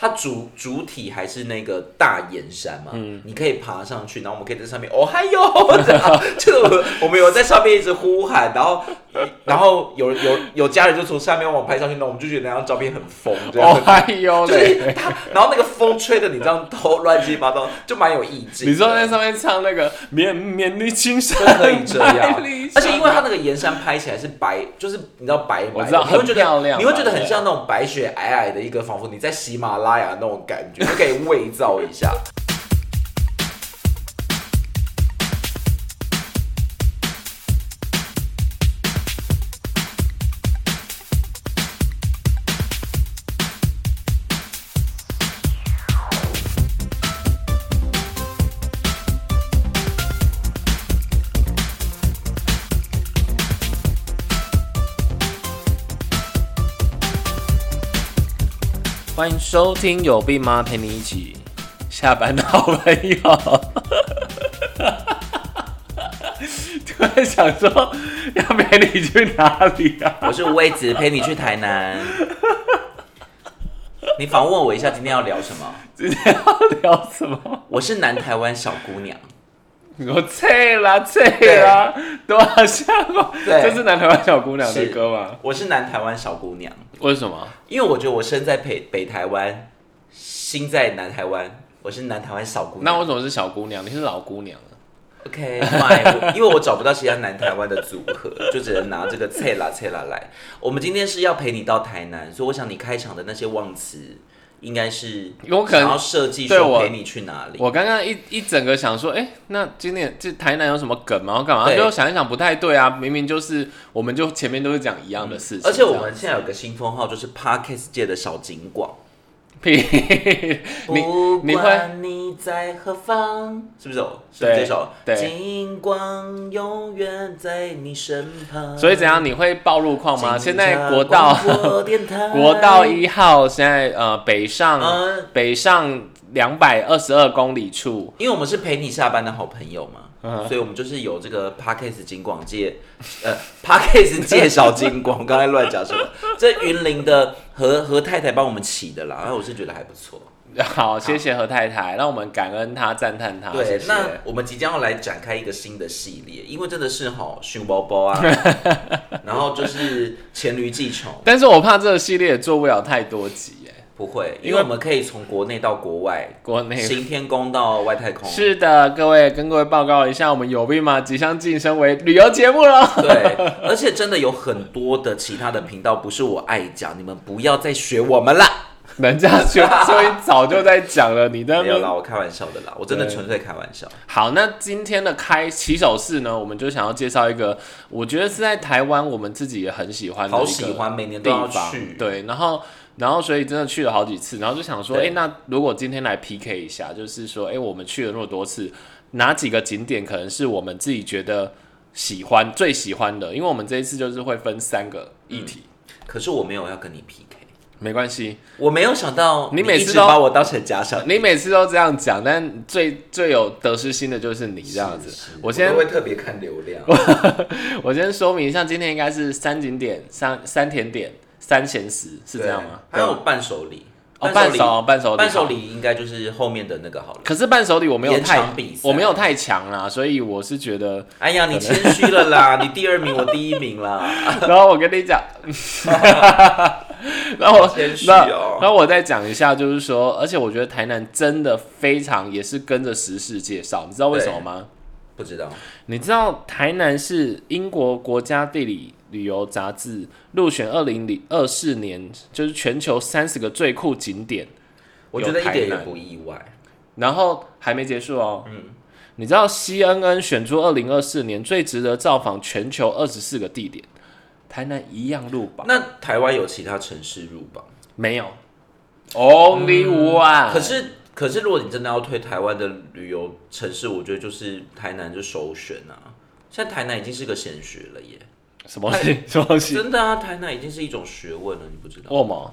它主主体还是那个大岩山嘛，嗯你可以爬上去，然后我们可以在上面，哦嗨哟，这样 就是我们我们有在上面一直呼喊，然后然后有有有家人就从下面往我们拍上去，那我们就觉得那张照片很疯，这样。哦，还有 就嘞，是它，然后那个风吹的你这样头乱七八糟，就蛮有意境的。你说在上面唱那个勉勉力青山，都可以这 样 百里，香而且因为它那个岩山拍起来是白，就是你知道白白的，我知道你会觉很漂得亮你会觉得白很的像那种白雪皑皑的一个，仿佛你在喜马拉雅那种感觉，就可以伪造一下。欢迎收听《有病吗？陪你一起下班的好朋友》。 突然想说要陪你去哪里啊？ 我是薇子，陪你去台南。你访问我一下，今天要聊什么？今天要聊什么？我是南台湾小姑娘，你说脆啦脆啦，对啊，像我，对这是南台湾小姑娘的歌吗？我是南台湾小姑娘，为什么？因为我觉得我身在北北台湾，心在南台湾，我是南台湾小姑娘。那为什么是小姑娘？你是老姑娘啊？ OK，fine，我因为我找不到其他南台湾的组合，就只能拿这个菜啦菜啦来。我们今天是要陪你到台南，所以我想你开场的那些忘词，应该是有可能想要设计对说我陪你去哪里。我刚刚一一整个想说，哎、那今年这台南有什么梗吗？干嘛？对最后想一想不太对啊，明明就是我们就前面都是讲一样的事嗯情，而且我这样们现在有个新封号，就是 Parkes 界的小景广。屁，你不你管你在何方，是不是有？是不是对这首？对景广永远在你身旁。 所以怎样？你会暴露况嗯吗？现在国道金价广播电台 国道一号现在呃北上、嗯北上两百二十二公里处， 因为我们是陪你下班的好朋友嘛，嗯所以我们就是有这个 Parkes 金广界，呃 Parkes 介绍金广，刚才乱讲什么？这云林的何何太太帮我们起的啦，然后我是觉得还不错。好，谢谢何太太，让我们感恩她赞叹她，啊谢对，谢。那我们即将要来展开一个新的系列，因为真的是哈熊包包 啊，然后就是黔驴技穷，但是我怕这个系列也做不了太多集，哎，不会，因为因为我们可以从国内到国外，国内行天宫到外太空，是的，各位跟各位报告一下，我们有病吗？即将晋升为旅游节目了。 对， 而且真的有很多的其他的频道，不是我爱讲，你们不要再学我们啦。人家学所以早就在讲了，你在那没有啦，边。我开玩笑的啦，我真的对纯粹开玩笑。好，那今天的开起手式呢，我们就想要介绍一个，我觉得是在台湾我们自己也很喜欢的好一个喜欢，每年都要嗯地方去。。对，然后然后所以真的去了好几次，然后就想说，哎、对那如果今天来 PK 一下，就是说，哎、我们去了那么多次，哪几个景点可能是我们自己觉得喜欢最喜欢的？因为我们这一次就是会分三个议题。可是我没有要跟你 PK，没关系，我没有想到你每一次直都把我当成假想。你每次都这样讲，但最最有得失心的就是你这样子。我先都会特别看流量，我先说明一下，今天应该是三景点、三三甜点、三咸食，是这样吗？还有伴手礼，哦，伴手伴手手礼，伴手。礼应该就是后面的那个好了。可是伴手礼我没有延太长比赛我没有太强啦，所以我是觉得， 哎呀，你谦虚了啦，你第二名，我第一名啦。然后我跟你讲， 然后我好谦虚那哦然后我再讲一下，就是说，而且我觉得台南真的非常也是跟着时事介绍，你知道为什么吗？不知道，你知道台南是英国国家地理旅游杂志入选二零零二四年，就是全球三十个最酷景点，我觉得一有台点也南不意外。然后还没结束哦。嗯，你知道 CNN 选出二零二四年最值得造访全球二十四个地点，台南一样入榜，那台湾有其他城市入榜？没有，Only one、嗯可是，可是如果你真的要推台湾的旅游城市，我觉得就是台南就首选啊。现在台南已经是个显学了耶，什么东西？什么东西？真的啊，台南已经是一种学问了，你不知道？我吗？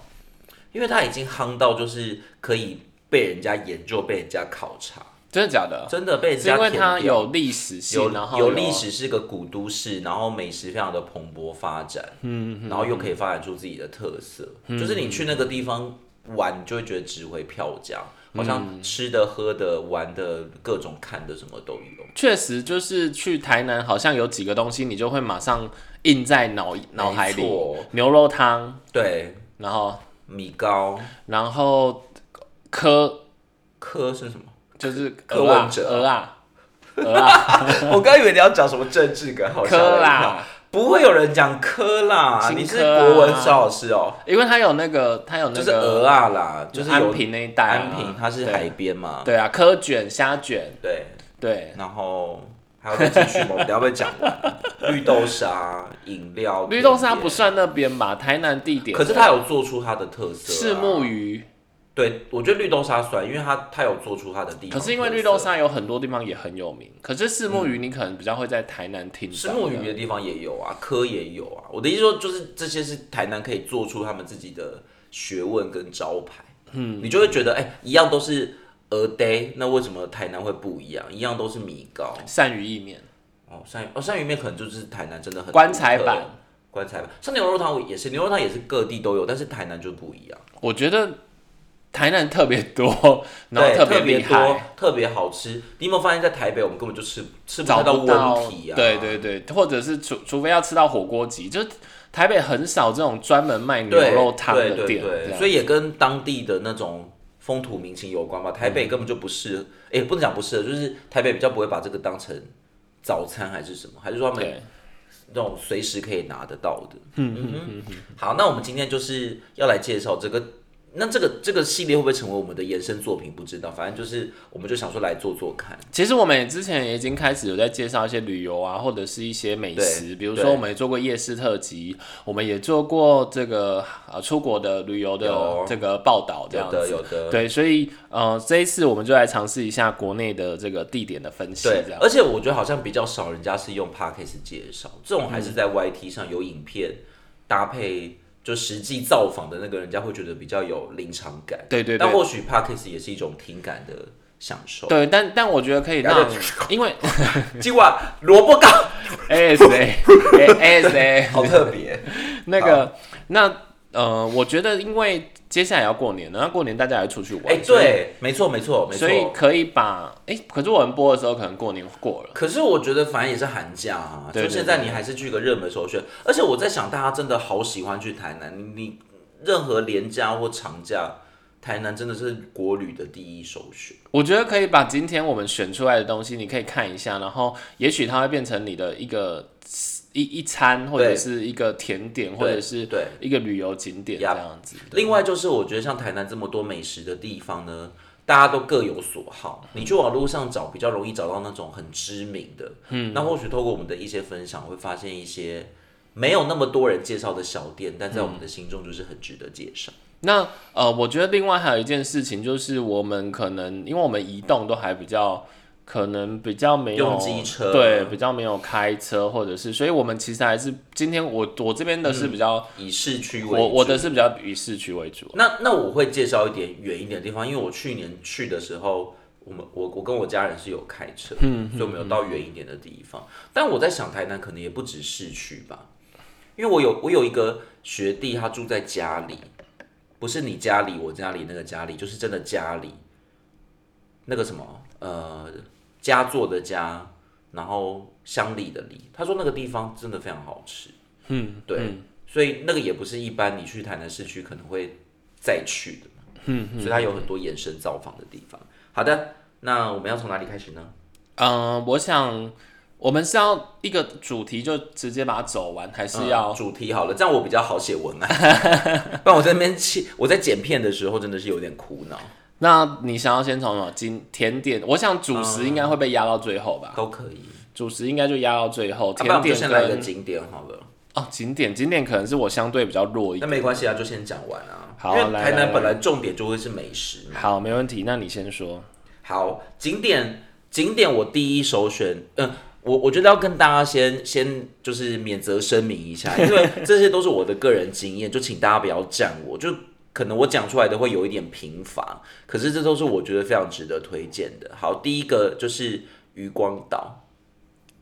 因为它已经夯到就是可以被人家研究、被人家考察，真的假的？真的被人是家因为填它掉有历史有性，然后有历史是个古都市，然后美食非常的嗯蓬勃发展，嗯，然后又可以发展出自己的特色，就是你去那个地方，玩，你就会觉得值回票价，嗯好像吃的、喝的、玩的、各种看的什么都有。确实，就是去台南，好像有几个东西你就会马上印在脑脑海里没错，牛肉汤，对，然后米糕然后科科是什么？ 就是柯鹅啊文哲鹅啊鹅啊我刚以为你要讲什么政治梗，好吓我科一跳啦，不会有人讲科啦，新你是科啊国文小老师哦、因为它有那个它有那就个是鹅啊啦，就是有安平那一带啊，安平，它是对海边嘛，对啊，科卷虾卷对，对。然后还要再继续吗？我们要不要讲完？绿豆沙、饮料，绿豆沙甜点不，算那边吧，台南地点。可是它有做出它的特色、啊。赤木鱼，对，我觉得绿豆沙酸，因为它它有做出它的地方特色。可是因为绿豆沙有很多地方也很有名，可是四目鱼你可能比较会在台南听到。石木鱼的地方也有啊，科也有啊。我的意思说，就是这些是台南可以做出他们自己的学问跟招牌。嗯，你就会觉得，哎、一样都是鹅呆，那为什么台南会不一样？一样都是米糕鳝鱼意面、哦，鳝鱼哦，鳝鱼面可能就是台南真的很棺材独特板的，棺材板，像牛肉汤也是，牛肉汤也是各地都有，但是台南就不一样，我觉得台南特别 多，然后对，特别厉多害，，特别好吃。你有没有发现，在台北我们根本就吃吃不找到不到温体啊？对对对，或者是除除非要吃到火锅级，就是台北很少这种专门卖牛对肉汤的对店，对对这样所以也跟当地的那种风土民情有关吧。台北嗯根本就不适合，哎、不能讲不适合，就是台北比较不会把这个当成早餐还是什么，还是说他们对那种随时可以拿得到的。嗯嗯嗯。好，那我们今天就是要来介绍这个。那这个这个系列会不会成为我们的延伸作品？不知道，反正就是我们就想说来做做看。其实我们也之前也已经开始有在介绍一些旅游啊，或者是一些美食，对比如对说我们也做过夜市特辑，我们也做过这个呃出国的旅游的有这个报道这样有的子。有的，对，所以呃这一次我们就来尝试一下国内的这个地点的分析，对这，样。而且我觉得好像比较少人家是用 podcast 介绍，这种嗯还是在 YT 上有影片搭配，就实际造访的那个人家会觉得比较有临场感。对对但对。或许 podcast 也是一种听感的享受。对，但但我觉得可以让了解，因为今晚萝卜糕 S A S A 好特别，那个那呃，我觉得因为接下来要过年了，那过年大家也出去玩，哎、所以对，没错没错没所以错。可以把哎、可是我们播的时候可能过年过了，可是我觉得反正也是寒假啊，对就对现在你还是去个热门首选，而且我在想，大家真的好喜欢去台南，你你任何廉假或长假，台南真的是国旅的第一首选。我觉得可以把今天我们选出来的东西，你可以看一下，然后也许它会变成你的一个一一餐，或者对是一个甜点，或对者是对一个旅游景点这 Yup 样子。对另外就是，我觉得像台南这么多美食的地方呢，大家都各有所好。嗯你去网络上找，比较容易找到那种很知名的。嗯，那或许透过我们的一些分享，会发现一些没有那么多人介绍的小店，但在我们的心中就是很值得介绍。那呃，我觉得另外还有一件事情就是，我们可能因为我们移动都还比较，可能比较没有用机车对，比较没有开车，或者是，所以我们其实还是今天我我这边的是比较，以市嗯区为我主。我的是比较以市区为主。那那我会介绍一点远一点的地方，因为我去年去的时候，我们我我跟我家人是有开车，所以我们有到远一点的地方。但我在想，台南可能也不止市区吧，因为我有我有一个学弟，他住在家里，不是你家里我家里那个家里，就是真的家里，那个什么呃佳作的家，然后乡里的里，他说那个地方真的非常好吃，嗯，对。所以那个也不是一般你去台南市区可能会再去的嘛。嗯，所以它有很多延伸造访的地方。好的，那我们要从哪里开始呢？嗯、我想我们是要一个主题就直接把它走完，还是要、嗯主题好了，这样我比较好写文案。 不然我在那边切，我在剪片的时候真的是有点苦 恼。那你想要先从什么？今甜点，我想主嗯食应该会被压到最后吧，都可以，主食应该就压到最后，啊、不然我们甜就点先跟、来一个景点好了。哦景点景点可能是我相对比较弱一那点。没关系啊，就先讲完啊。好因为来台来南来本来重点就会是美食嘛。好，没问题，那你先说。好，景点景点我第一首选，嗯、我我觉得要跟大家先先就是免责声明一下，因为这些都是我的个人经验，就请大家不要站我，就可能我讲出来的会有一点贫乏，可是这都是我觉得非常值得推荐的。好，第一个就是渔光岛，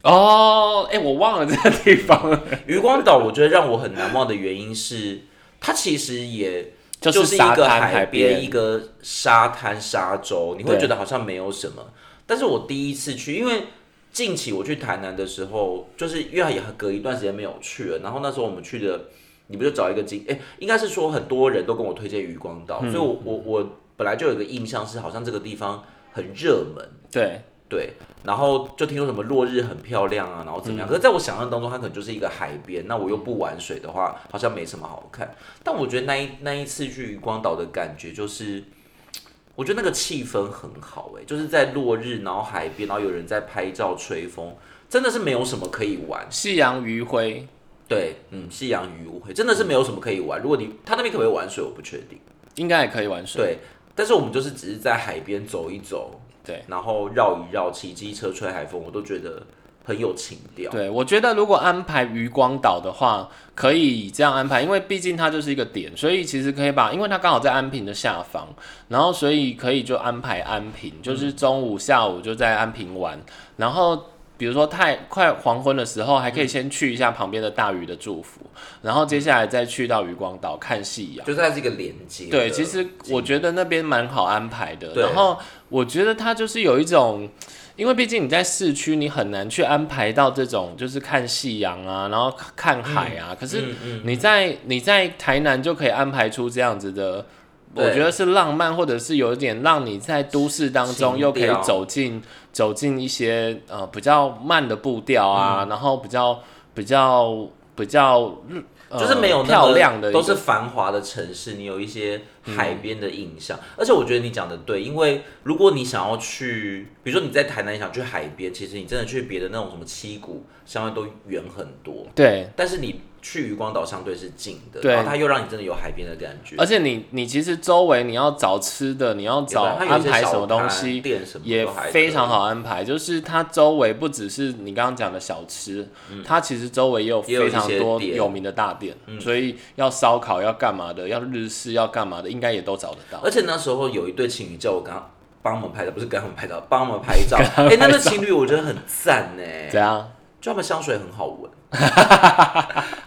哦，哎、我忘了这个地方了。渔光岛我觉得让我很难忘的原因是，它其实也 就就是是一沙个滩海边，一个沙滩沙洲，你会对觉得好像没有什么。但是我第一次去，因为近期我去台南的时候，就是因为也隔一段时间没有去了，然后那时候我们去的，你不就找一个景？哎、应该是说很多人都跟我推荐渔光嗯岛，所以我我我本来就有一个印象是好像这个地方很热门，对，对，然后就听说什么落日很漂亮啊，然后怎么样？可是在我想象当中，它可能就是一个海边，那我又不玩水的话，好像没什么好看。但我觉得那一那一次去渔光岛的感觉就是，我觉得那个气氛很好、欸，就是在落日，然后海边，然后有人在拍照吹风，真的是没有什么可以玩。夕阳余晖，对，嗯，夕阳余晖真的是没有什么可以玩。如果你他那边可不可以玩水，我不确定。应该也可以玩水。对，但是我们就是只是在海边走一走，对然后绕一绕，骑机车吹海风，我都觉得很有情调。对，我觉得如果安排渔光岛的话，可以这样安排，因为毕竟它就是一个点，所以其实可以把，因为它刚好在安平的下方，然后所以可以就安排安平，就是中午、下午就在安平玩，然后。比如说太快黄昏的时候，还可以先去一下旁边的大屿的祝福，然后接下来再去到渔光岛看夕阳。就是它是一个连接的景。对，其实我觉得那边蛮好安排的。对然后我觉得它就是有一种，因为毕竟你在市区，你很难去安排到这种就是看夕阳啊，然后看海啊。可是嗯嗯，你在你在台南就可以安排出这样子的。我对觉得是浪漫，或者是有一点让你在都市当中情又可以调走进走进一些呃比较慢的步调啊，嗯然后比较比较比较、呃、就是没有那漂么亮的一个，都是繁华的城市，你有一些海边的印象。而且我觉得你讲的对，因为如果你想要去，比如说你在台南你想去海边，其实你真的去别的那种什么七谷，相对都远很多。对但是你去渔光岛相对是近的，对然后它又让你真的有海边的感觉。而且你你其实周围你要找吃的，你要找对它有安一些排小什么东摊西，店什么也都还可以非常好安排。就是它周围不只是你刚刚讲的小吃，它其实周围嗯也有也有非常一些多店有名的大店，嗯所以要烧烤要干嘛的，要日式要干嘛的，应该也都找得到。而且那时候有一对情侣叫我刚帮我们拍照，不是跟他们拍照，帮我们拍 照。哎、那对情侣我觉得很赞呢，怎样？就他们香水很好闻。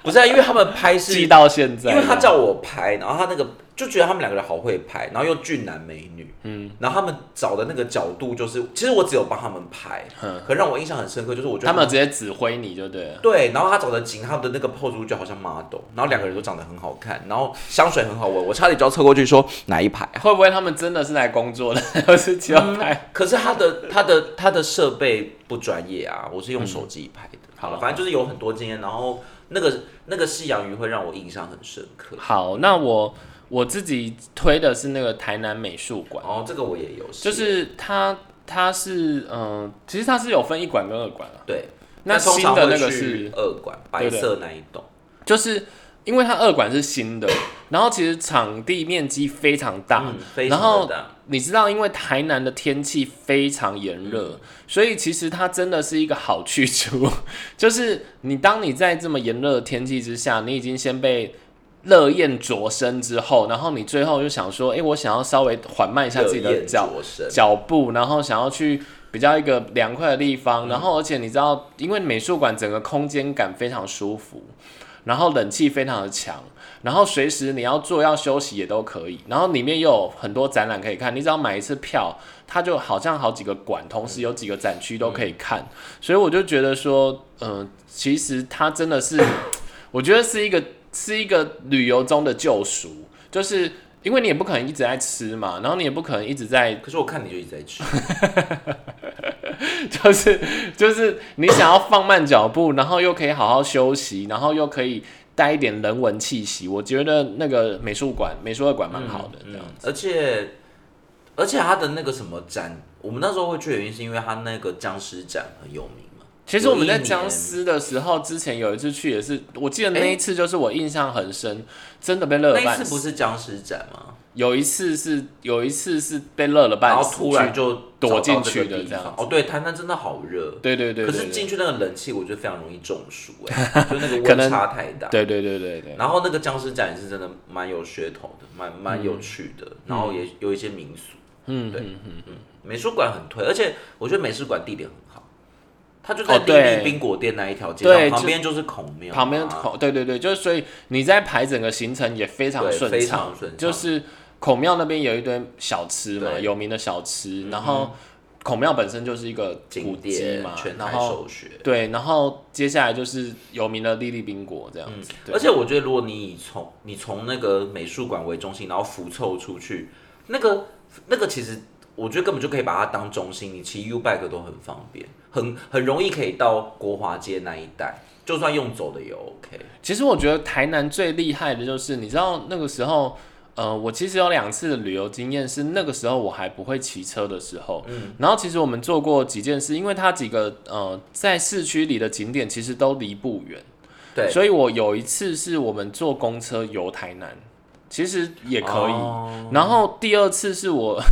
不是、啊，因为他们拍是，记因到现在吗，为他叫我拍，然后他那个就觉得他们两个人好会拍，然后又俊男美女，嗯，然后他们找的那个角度就是，其实我只有帮他们拍，嗯可让我印象很深刻，就是我觉得他们直接指挥你就对了。对，然后他找的景，他们的那个 pose 就好像 model，然后两个人都长得很好看，然后香水很好闻，我差点就要凑过去说哪一排。 会不会他们真的是来工作的， 而是只要拍？哎可是他的他的他的设备不专业啊，我是用手机拍的。好了，反正就是有很多经验，然后那个那个夕阳鱼会让我印象很深刻。好，那我我自己推的是那个台南美术馆。哦，这个我也有写，就是它它是嗯、呃其实它是有分一馆跟二馆啊。对。那通新常的会那个去是，二馆，白对对色那一栋。就是因为它二馆是新的，然后其实场地面积非常大，嗯，非然常后的大。你知道，因为台南的天气非常炎热，嗯所以其实它真的是一个好去处。 就是你当你在这么炎热的天气之下，你已经先被热焰灼身之后，然后你最后就想说，诶，我想要稍微缓慢一下自己热的焰脚灼身脚步，然后想要去比较一个凉快的地方，然后而且你知道，因为美术馆整个空间感非常舒服，然后冷气非常的强，然后随时你要坐要休息也都可以，然后里面又有很多展览可以看，你只要买一次票，它就好像好几个馆，同时有几个展区都可以看，所以我就觉得说，嗯、其实它真的是， 我觉得是一个是一个旅游中的救赎，就是。因为你也不可能一直在吃嘛，然后你也不可能一直在可是我看你就一直在吃， 就是就是你想要放慢脚步，然后又可以好好休息，然后又可以带一点人文气息。我觉得那个美术馆、美术馆嗯蛮好的，这样。而且而且他的那个什么展，我们那时候会去的原因是因为他那个僵尸展很有名嘛。其实我们在有一年僵尸的时候，之前有一次去也是，我记得那一次就是我印象很深，真的被热那了一半次不死。是僵尸展吗？有一次是有一次是被热了半然后死，突然去就躲进找到这去个的地这样方。哦，对，台南真的好热。对对对可对是对进去那个冷气，我觉得非常容易中 暑、哎，就那个可能温差太大。对对对对对，然后那个僵尸展也是真的蛮有噱头的，蛮蛮有趣的，然后也有一些民俗。嗯对，嗯嗯，美术馆很推，而且我觉得美术馆地点很好，它就在哦丽对丽冰果店那一条街上，对就旁边就是孔庙啊，旁边孔，对对对，就是所以你在排整个行程也非常对顺非畅常，顺畅就是孔庙那边有一堆小吃嘛，对嗯有名的小吃，然后孔庙本身就是一个古景迹点嘛，全然台后首学。对，然后接下来就是有名的丽丽冰果这样子，对而且我觉得，如果你以从你从那个美术馆为中心，然后浮凑出去，那个那个其实我觉得根本就可以把它当中心，你骑 U bike 都很方便，很很容易可以到国华街那一带，就算用走的也 OK。其实我觉得台南最厉害的就是，你知道那个时候，呃，我其实有两次的旅游经验是那个时候我还不会骑车的时候，嗯，然后其实我们做过几件事，因为它几个呃在市区里的景点其实都离不远，对，所以我有一次是我们坐公车游台南，其实也可以，哦然后第二次是我，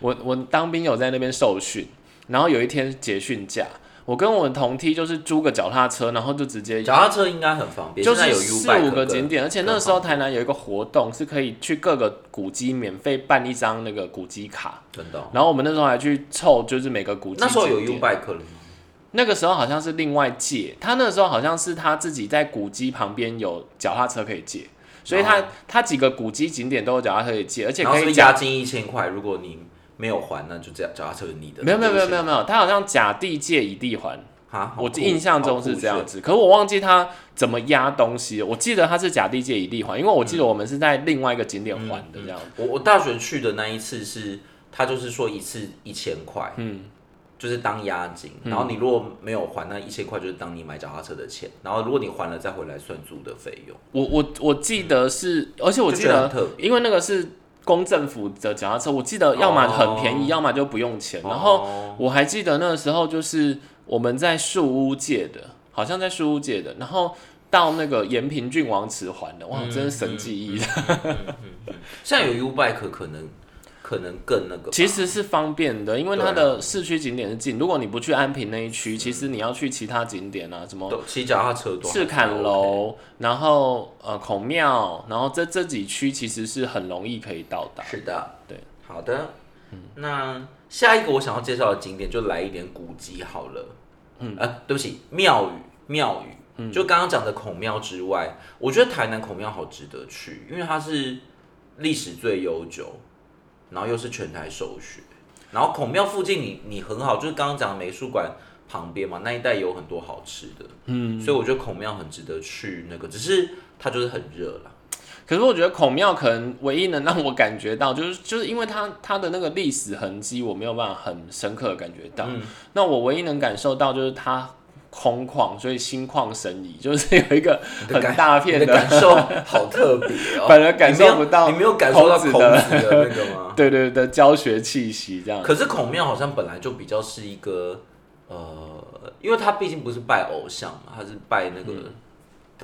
我我当兵有在那边受训，然后有一天结训假，我跟我的同梯就是租个脚踏车，然后就直接脚踏车应该很方便，就现在是有 U 四 bike 五个景点，而且那时候更台南有一个活动是可以去各个古迹免费办一张那个古迹卡，真的哦。然后我们那时候还去凑，就是每个古迹那时候有景 U 点 bike 了吗？那个时候好像是另外借，他那个时候好像是他自己在古迹旁边有脚踏车可以借，所以他、他几个古迹景点都有脚踏车可以借，而且哦然后可是不以是假押金一千块，如果你没有还，那就这样脚踏车是你的。没有没有没有就没是有没有，他好像假地借以地还，啊，好我酷印象中是这样子，可是我忘记他怎么压东西了，我记得他是假地借以地还，因为我记得我们是在另外一个景点嗯还的这样。我我大学去的那一次是，他就是说一次一千块，嗯，就是当押金，嗯然后你如果没有还，那一千块就是当你买脚踏车的钱，然后如果你还了再回来算租的费用。我我我记得是，而且我记就觉得得很特，因为那个是公政府的脚踏车，我记得要么很便宜，哦要么就不用钱。然后哦我还记得那个时候就是我们在树屋借的，好像在树屋借的，然后到那个延平郡王祠还的，哇，真是神记嗯忆。现在有 U bike 可能可能更那个吧， 其实是方便的，因为对它啊的市区景点是近，如果你不去安平那一区，其实你要去其他景点啊，什么都骑脚踏车多，赤坎，楼，然后呃孔庙，然后这这几区其实是很容易可以到达。是的，嗯对，好的，那下一个我想要介绍的景点就来一点古迹好了，嗯，呃，对不起，庙宇，庙宇，就刚刚讲的孔庙之外，我觉得台南孔庙好值得去，因为它是历史最悠久，然后又是全台首选，然后孔庙附近你你很好，就是刚刚讲的美术馆。旁边嘛，那一带有很多好吃的，嗯，所以我觉得孔庙很值得去那个，只是它就是很热啦，可是我觉得孔庙可能唯一能让我感觉到，就是就是因为它它的那个历史痕迹，我没有办法很深刻的感觉到。嗯那我唯一能感受到就是它空旷，所以心旷神怡，就是有一个你 的很感大片你的感受好特别哦， 反而感受不到你没有你没有感受到孔孔子子的的那个吗？对对对的教学气息这样。可是孔庙好像本来就比较是一个呃，因为他毕竟不是拜偶像嘛，他是拜那嗯个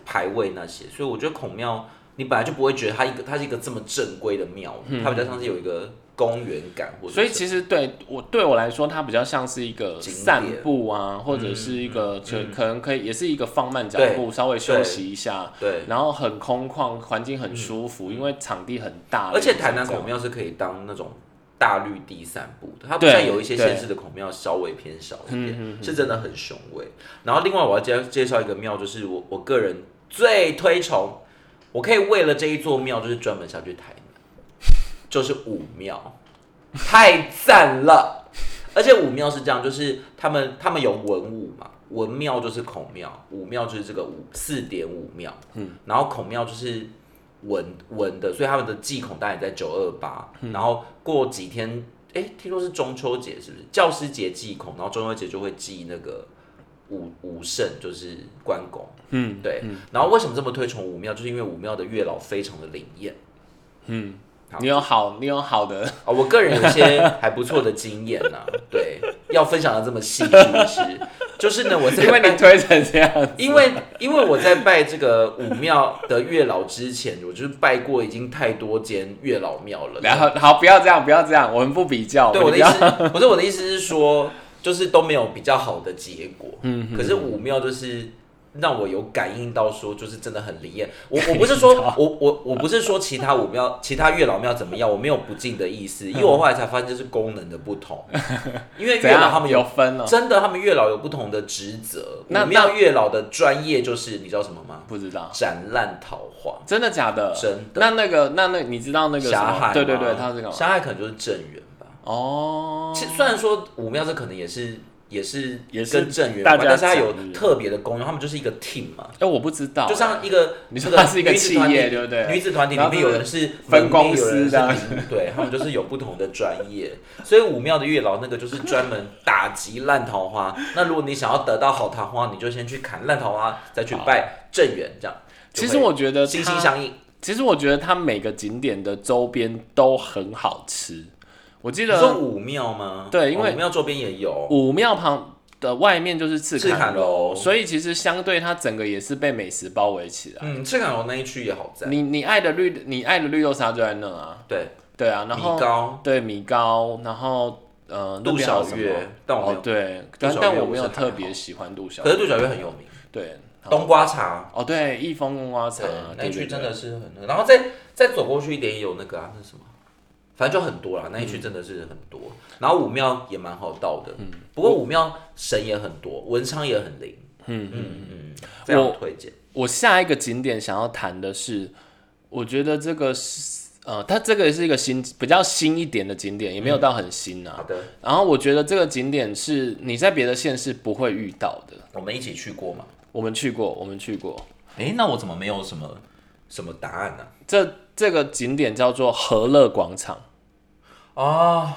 牌位那些，所以我觉得孔庙你本来就不会觉得它一个它是一个这么正规的庙，它比较像是有一个公园感或者所以是其实对我对我来说，它比较像是一个景点嗯散步啊，或者是一个可、可能可以也是一个放慢脚步，稍微休息一下，对，嗯然后很空旷，环境很舒服，因为场地很大，而且台南孔这样庙是可以当那种。大绿地散步的，它不对嗯像有一些对县市的孔庙稍微偏少一点，是真的很雄伟。然后另外我要介介绍一个庙，就是我我个人最推崇，我可以为了这一座庙就是专门下去台南，就是武庙，太赞了。 而且武庙是这样，就是他们他们有文武嘛，文庙就是孔庙，武庙就是这个五四点五庙，嗯，然后孔庙就是文文的，所以他们的祭孔当然也在九二八，然后过几天，哎、听说是中秋节是不是？教师节祭孔，然后中秋节就会祭那个武武圣，就是关公，嗯，对。然后为什么这么推崇武庙？就是因为武庙的月老非常的灵验庙你有好你有好的 啊、我个人有一些还不错的经验呐、对，要分享的这么细是不是？就是呢，我在因 为你推成这样，因为因为我在拜这个武庙的月老之前，我就是拜过已经太多间月老庙了。然后 好不要这样，不要这样，我们不比较，对们我的不意要思，不是我的意思是说，就是都没有比较好的结果。嗯，可是武庙就是让我有感应到说，就是真的很灵验。我我 不是说感应到我我我不是说其他武庙、其他月老庙怎么样，我没有不敬的意思，因为我后来才发现这是功能的不 同，因为怎月老样？他们有有分了、真的，他们月老有不同的职责。那武庙月老的专业就是你知道什么吗？不知道，斩烂桃花，真的假的？真的那那个，那那你知道那个什狭么？海。对对对，他是干嘛？狭海可能就是正缘吧。哦，其虽然说武庙这可能也是也是也是跟正缘有大关，家但是它有讲的特别的功用，他们就是一个 team 嘛。哎、我不知道，就像一个，你说那个它是一个女子团体企业对不对女子团体然里后面就有是人是分门公面有人司是这样民对他们就是有不同的专业，所以武庙的月老那个就是专门打击烂桃花。那如果你想要得到好桃花，你就先去砍烂桃花，再去拜正缘，这样。其实我觉得心它心相印。其实我觉得它每个景点的周边都很好吃。我记你说得武庙吗？对因为哦武庙周边也有武庙旁的外面就是赤赤坎坎楼，楼所以其实相对它整个也是被美食包围起来。嗯，赤坎楼那一区也好在，你你爱的绿，你爱的绿豆沙就在那啊，对，对啊，然米后糕、对米糕，然后呃，那杜边还有小什么月，但我没哦有，对，但杜小月但我我是没还有特好别喜欢杜小可月，是杜小月很有名，对，好冬瓜茶。哦对，益丰冬瓜茶对，那啊对一对区真对的是很那个，然后再再走过去一点也有那个啊，那是什么，反正就很多啦，那一嗯区真的是很多。然后武庙也蛮好到的，不过武庙神也很多，文昌也很灵，嗯嗯嗯，非常推荐。我下一个景点想要谈的是，我觉得这个是呃，它这个是一个新比较新一点的景点，也没有嗯到很新啊。好的，然后我觉得这个景点是你在别的县市不会遇到的。我们一起去过嘛？我们去过，我们去过。诶，那我怎么没有什么什么答案呢？这这个景点叫做和乐广场。啊哦，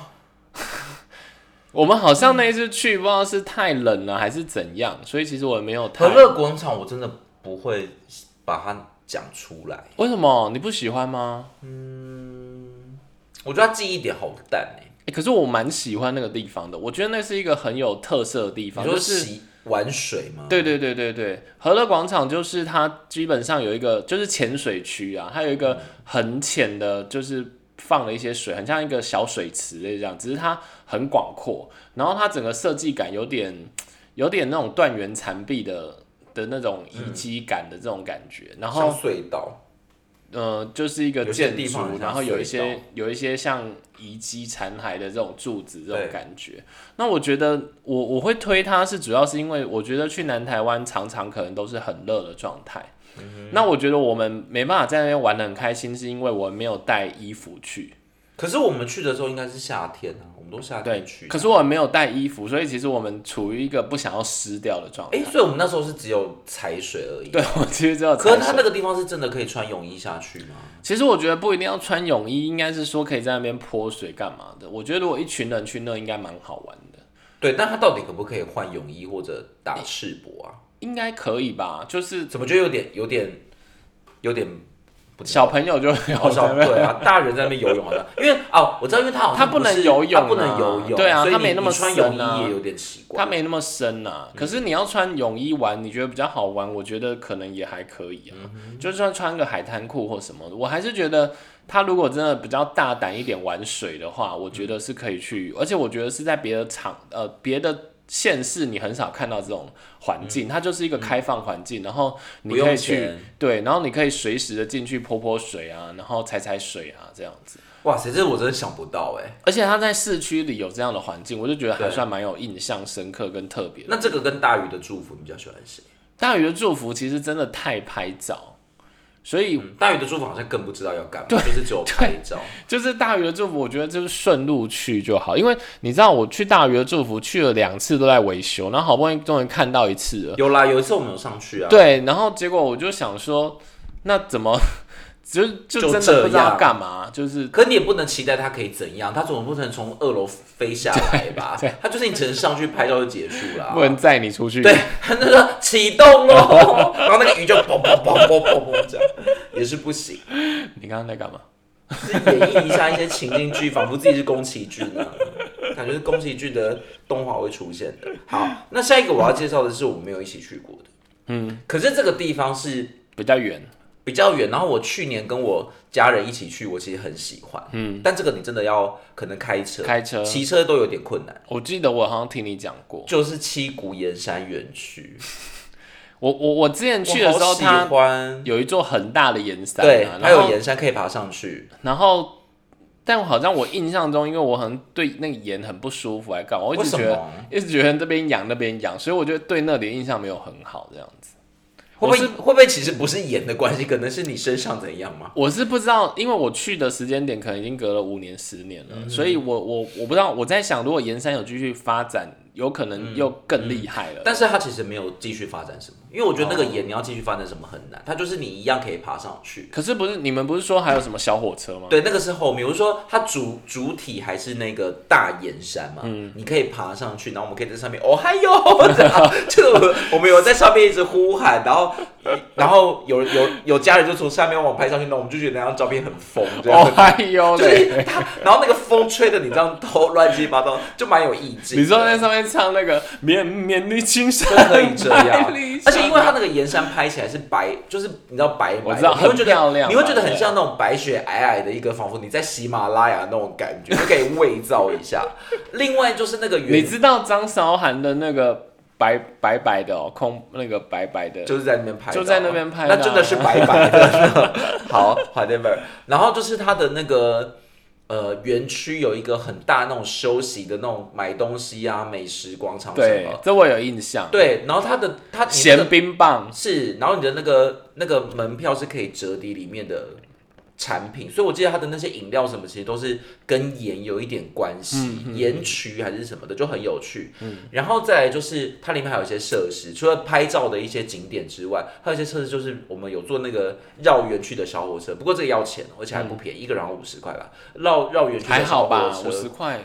我们好像那一次去，不知道是太冷了还是怎样，所以其实我没有太和。乐广场我真的不会把它讲出来，为什么你不喜欢吗？我觉得它记忆点好淡哎。欸诶可是我蛮喜欢那个地方的，我觉得那是一个很有特色的地你方，说就是洗玩水吗？对对对对对，和乐广场就是它基本上有一个就是浅水区啊，它有一个很浅的，就是放了一些水，很像一个小水池类这样，只是它很广阔，然后它整个设计感有点有点那种断垣残壁的的那种遗迹感的这种感觉，然后像隧道。呃，就是一个有些建地筑方很，像然后有一隧些有一些像遗迹残骸的这种柱子这种对感觉。那我觉得我我会推它是主要是因为我觉得去南台湾常常可能都是很热的状态。嗯那我觉得我们没办法在那边玩的很开心，是因为我们没有带衣服去。可是我们去的时候应该是夏天啊，我们都夏对天去，。可是我们没有带衣服，所以其实我们处于一个不想要湿掉的状态哎、。所以我们那时候是只有踩水而已。对，我其实只有可是踩他水那个地方是真的可以穿泳衣下去吗？其实我觉得不一定要穿泳衣，应该是说可以在那边泼水干嘛的。我觉得如果一群人去那，应该蛮好玩的，对，但他到底可不可以换泳衣或者打赤膊啊？应该可以吧？就是怎么就有点有点有点小朋友就好有笑？在那边对啊，大人在那边游泳好像，因为哦，我知道，因为他好像他不能是游泳啊他不能游泳，对啊所以他你没那么你穿泳深啊衣也有点奇怪。它没那么深呐、嗯可是你要穿泳衣玩，你觉得比较好玩，我觉得可能也还可以嗯啊。就算穿个海滩裤或什么，我还是觉得他如果真的比较大胆一点玩水的话，我觉得是可以去，嗯而且我觉得是在别的场呃别的。县市你很少看到这种环境，它就是一个开放环境，然后嗯你不用可以去钱对，然后你可以随时的进去泼泼水啊，然后踩踩水啊这样子。哇塞，这我真的想不到哎、而且它在市区里有这样的环境，我就觉得还对算蛮有印象深刻跟特别的。那这个跟大鱼的祝福，你比较喜欢谁？大鱼的祝福其实真的太拍照，所以嗯大鱼的祝福好像更不知道要干嘛，就是只有拍照。就是大鱼的祝福，我觉得就是顺路去就好，因为你知道我去大鱼的祝福去了两次都在维修，然后好不容易终于看到一次了，有啦，有一次我们有上去啊，对，然后结果我就想说，那怎么 就就就真的不知这道样要干嘛，就是可你也不能期待它可以怎样，它总不能从二楼飞下来吧？它就是你只能上去拍照就结束啊啦 不。能载你出去。对，它就说启动喽，然后那个鱼就砰砰砰砰砰砰这样，也是不行，你刚刚在干嘛？就是演绎一下一些情境剧，仿佛自己是宫崎骏呢、感觉是宫崎骏的动画会出现的。好，那下一个我要介绍的是我们没有一起去过的，嗯，可是这个地方是比较远，比较远，然后我去年跟我家人一起去，我其实很喜欢，嗯，但这个你真的要可能开车、开车骑车都有点困难，我记得我好像听你讲过，就是七股盐山园区，我我我之前 去的时我好候，喜它欢，有一座很大的岩山、啊，对，还然有后岩山可以爬上去，然后，但我好像我印象中，因为我很对那个盐很不舒服，还干嘛？我一为直什觉得么？一直觉得这边痒那边痒，所以我觉得对那里的印象没有很好这样子。会不我会是会不会其实不是盐的关系，可能是你身上怎样嘛？我是不知道，因为我去的时间点可能已经隔了五年、十年了，所以我我我不知道。我在想，如果盐山有继续发展，有可能又更厉害了。但是它其实没有继续发展什么，因为我觉得那个盐你要继续发展什么很难，它就是你一样可以爬上去。可是不是你们不是说还有什么小火车吗？对，那个是后面，我是说它主主体还是那个大岩山嘛，嗯你可以爬上去，然后我们可以在上面哦嗨哟，然后啊 就是我们我们有在上面一直呼喊，然后然后有有有家人就从下面往拍上去，那我们就觉得那张照片很疯，这样。哦，哎呦就嘞！是它，然后那个风吹的你这样头乱七八糟，就蛮有意境的。你说在上面唱那个“绵绵的青山真的可以这样百 里香”，而且因为它那个岩山拍起来是白，就是你知道白我白知道的，你会很觉漂得亮你会嘛觉得很对像那种白雪皑皑的一个，仿佛你在喜马拉雅那种感觉，就可以伪造一 下。另外就是那个你原，知道张韶涵的那个白白白的哦，空那个白白的，就是在那边拍的啊，就在那边拍的那啊真的是白白的。 好，whatever。然后就是它的那个。呃，园区有一个很大那种休息的那种买东西啊，美食广场什对么，，这我有印象。，对，然后它的它你那个咸冰棒，是，然后你的那个那个门票是可以折抵里面的产品，所以我记得它的那些饮料什么，其实都是跟盐有一点关嗯系，盐曲还是什么的，就很有趣。然后再来就是它里面还有一些设施，除了拍照的一些景点之外，还有一些设施就是我们有坐那个绕园区的小火车，不过这个要钱，而且还不便宜，一个人好像五十块吧。绕绕园区还的好小吧火，车，五十块。哦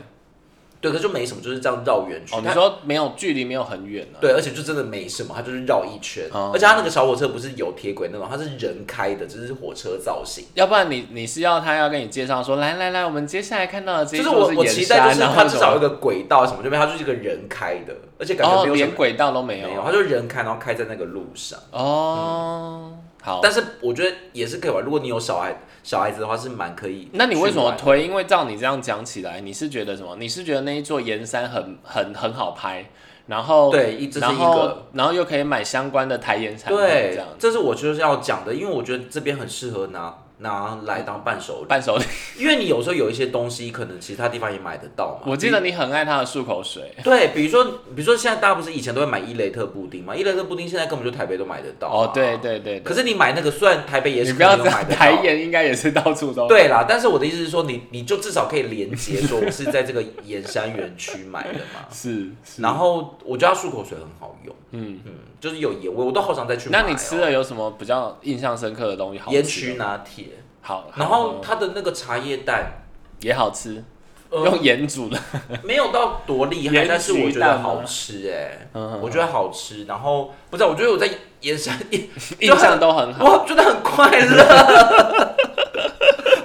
对，可是就没什么，就是这样绕园区。哦，你它说没有距离，没有很远啊。对，而且就真的没什么，它就是绕一圈，哦而且它那个小火车不是有铁轨那种，它是人开的，只是火车造型。要不然你你是要他要跟你介绍说，来来来，我们接下来看到的这就一是座我我岩期待就山，是然它后至什少有么？个轨道什么，就没有，它就是一个人开的，而且感觉哦没，有什连么、轨道都没没有，有。它就是人开，然后开在那个路上。哦，好。但是我觉得也是可以玩，如果你有小孩小孩子的话，是蛮可以去玩的。那你为什么推？因为照你这样讲起来，你是觉得什么？你是觉得那一座岩山很很很好拍，然后对一这是然一后个然后又可以买相关的台盐产品，这对样，这是我就是要讲的，因为我觉得这边很适合拿拿来当伴手礼，伴手礼。因为你有时候有一些东西，可能其他地方也买得到嘛。我记得你很爱它的漱口水 对，比如说，比如说现在大家不是以前都会买伊雷特布丁嘛？伊雷特布丁现在根本就台北都买得到、啊哦，对。对对可对，是你买那个，虽然台北也你是不要可这能有买样，得台到。盐应该也是到处都。。对啦，但是我的意思是说，你你就至少可以连接说我是在这个盐山园区买的嘛是 是。然后我觉得它漱口水很好用，嗯嗯，就是有盐味，我都好想再去买、哦那你吃？了有什么比较印象深刻的东西？好吃盐的曲拿铁，好，哦然好后喝它的那个茶叶蛋，也好吃，呃，用盐煮的。没有到多厉盐害，焗但是我觉蛋得吗好吃哎、嗯我觉得好吃。然后不啊知道，我觉得我在盐山印就很象 都很好。我觉得很快乐，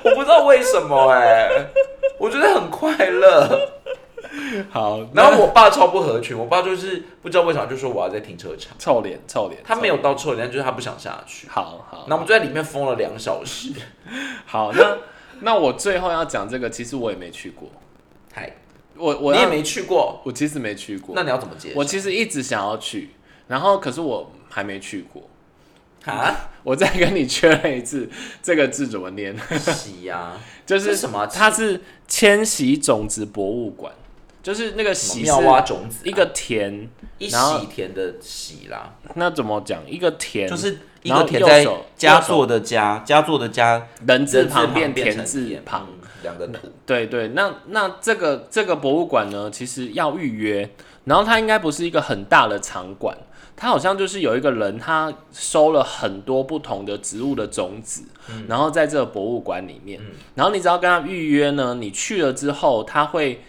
我不知道为什么哎、我觉得很快乐。好，然后我爸超不合群，我爸就是不知道为啥就说我要在停车场，那臭脸臭脸，他没有。有到臭脸，但就是他不想下去。好好然。后我们就在里面疯了两小时。好，那那我最后要讲这个，其实我也没去过，嗨，我我你也要没去过，我其实没去过那，你要怎么解释？我其实一直想要去，然后可是我还没去过，啊，我再跟你确认一次，这个字怎么念？洗呀，就这是是什么啊它是千禧种子博物馆，就是那个什禧么是妙蛙种子啊，一个田，一然后喜田的喜啦，那怎么讲？一个田就是一然个后田右在手佳右手作的佳，佳作的佳，人字人字旁旁变变田成字旁，嗯两个土。对对，那那这个这个博物馆呢，其实要预约，然后它应该不是一个很大的场馆，它好像就是有一个人，他收了很多不同的植物的种子，嗯然后在这个博物馆里面，然后你只要跟他预约呢，你去了之后，他会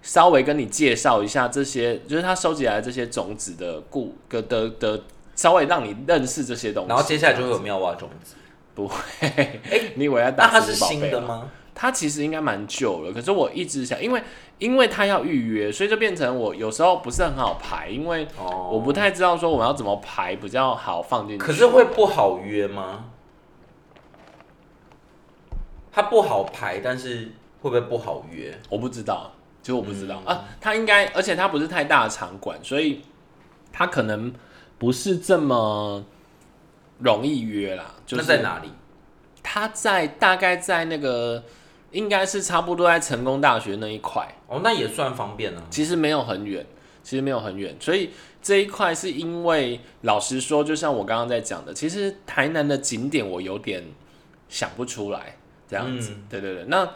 稍微跟你介绍一下这些，就是他收集来的这些种子的故的的的，稍微让你认识这些东西，然后接下来就会有妙蛙种子。不会， 你以为要那打它神是奇宝贝新的吗？吗？它其实应该蛮久了，可是我一直想，因为因为它要预约，所以就变成我有时候不是很好排，因为哦我不太知道说我要怎么排比较好放进去。可是会不好约吗？它不好排，但是会不会不好约？我不知道，嗯其实我不知道、啊，它应该，而且它不是太大的场馆，所以它可能不是这么容易约啦。就是那在？哪里？它在大概在那个应该是差不多在成功大学那一块。哦，那也算方便啊。其实没有很远，其实没有很远，所以这一块是因为老实说，就像我刚刚在讲的，其实台南的景点我有点想不出来这样子。对对对，那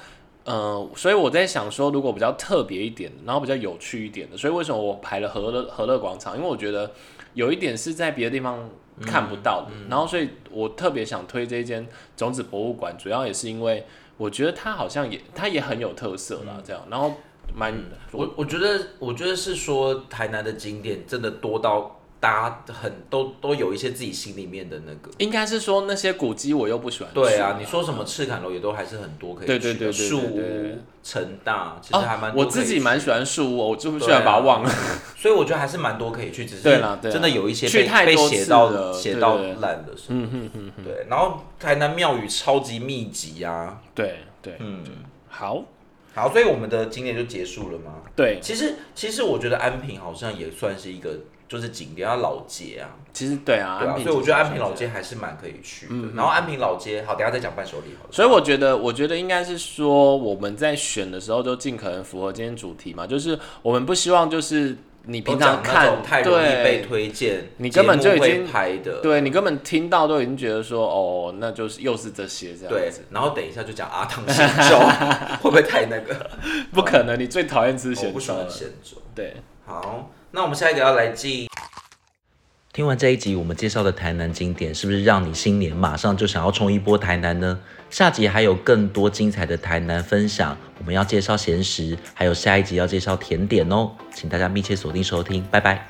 呃，所以我在想说，如果比较特别一点，然后比较有趣一点的，所以为什么我排了和乐和乐广场？因为我觉得有一点是在别的地方看不到的，然后所以我特别想推这一间种子博物馆，主要也是因为我觉得它好像也它也很有特色啦，这样，然后蛮、我我觉得，我觉得是说台南的景点真的多到大家很都都有一些自己心里面的那个。应该是说那些古迹我又不喜欢去。对啊，你说什么赤坎楼也都还是很多可以去对的，对对对对树对对屋、成大，其实哦还蛮、多可我以自己去蛮喜欢树屋，我就不喜对啊欢把它忘了。 所以我觉得还是蛮多可以去，只是对啦对啦真的有一些去被太被多写次到了写对到对对烂的时候，嗯嗯嗯，对。然后台南庙宇超级密集啊，对对，嗯，好，好，所以我们的景点就结束了吗？对，其实其实我觉得安平好像也算是一个就是景点，它老街啊，其实对啊，对啊，安平所以我其觉实得安是平这老样街还是蛮可以去的。然后安平老街，好，等一下再讲伴手礼好了。所以我觉得，我觉得应该是说，我们在选的时候就尽可能符合今天主题嘛，就是我们不希望就是你平常都讲那看种太容易被对。推荐，你根本就已经节目会拍的，对你根本听到都已经觉得说哦，那就是又是这些这对样子，。然后等一下就讲阿汤鲜 粥，会不会太那个？哦不可能，你最讨厌吃我咸不喜粥欢了。鲜粥。对，好，那我们下一个要来进。听完这一集，我们介绍的台南景点，是不是让你新年马上就想要冲一波台南呢？下集还有更多精彩的台南分享，我们要介绍咸食，还有下一集要介绍甜点哦，请大家密切锁定收听，拜拜。